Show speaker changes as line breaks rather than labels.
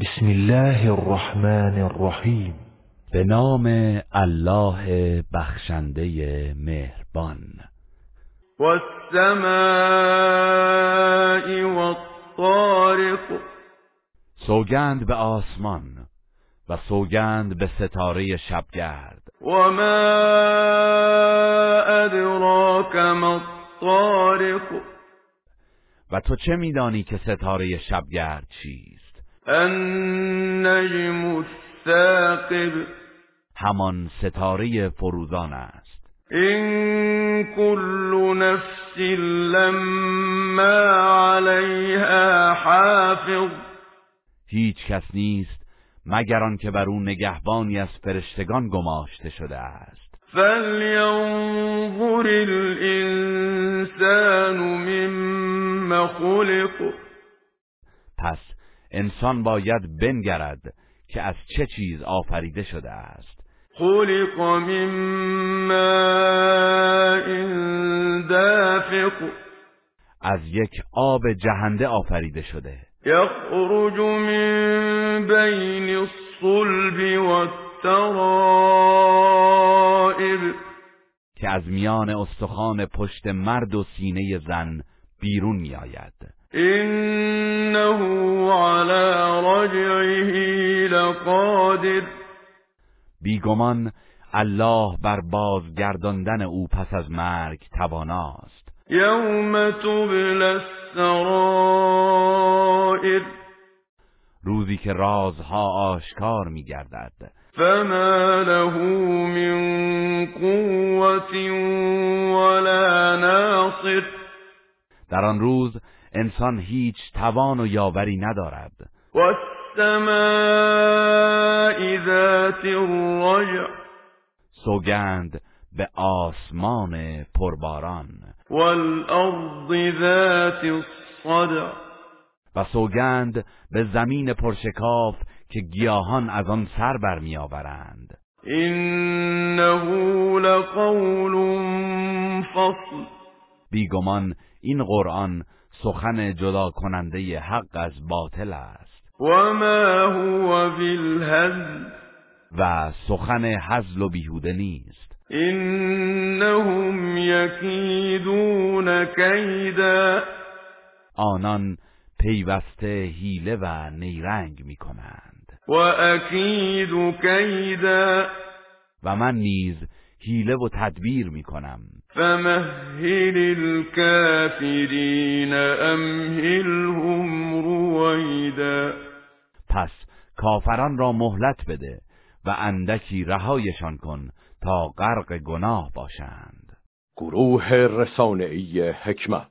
بسم الله الرحمن الرحیم
به نام الله بخشنده مهربان
والسماء والطارق
سوگند به آسمان و سوگند به ستاره شبگرد
وما أدراك ما الطارق
و تو چه میدانی که ستاره شبگرد چیست
النجم الثاقب
همان ستاره فروزان است
إن كل نفس لما عليها حافظ
هیچ کس نیست مگر آنکه بر او نگهبانی از فرشتگان گماشته شده است
فلينظر الإنسان مما خلق
پس انسان باید بنگرد که از چه چیز آفریده شده است
خلق من ماء دافق
از یک آب جهنده آفریده شده
يخرج من بين الصلب والترائب
که از میان استخوان پشت مرد و سینه زن بیرون میآید
إنه على رجعه لقادر
بیگمان الله بر بازگرداندن او پس از مرگ تواناست
يوم تبلى السرائر
روزی که رازها آشکار می گردد
فما له من قوة ولا ناصر
در آن روز انسان هیچ توان و یاوری ندارد
والسماء ذات الرجع
سوگند به آسمان پرباران
والأرض ذات الصدع
و سوگند به زمین پرشکاف که گیاهان از آن سر برمیآورند
إنه لقول فصل
بیگمان این قرآن سخن جدا کننده حق از باطل است
وما هو بالهزل
و سخن هزل و بیهوده نیست
إنهم يكيدون كيدا
آنان پیوسته حیله و نیرنگ می کنند
وأكيد كيدا
و من نیز حیله و تدبیر می کنم
فمهل الكافرين أمهلهم رويدا
پس کافران را مهلت بده و اندکی رهایشان کن تا غرق گناه باشند
گروه رسانه‌ای حکمت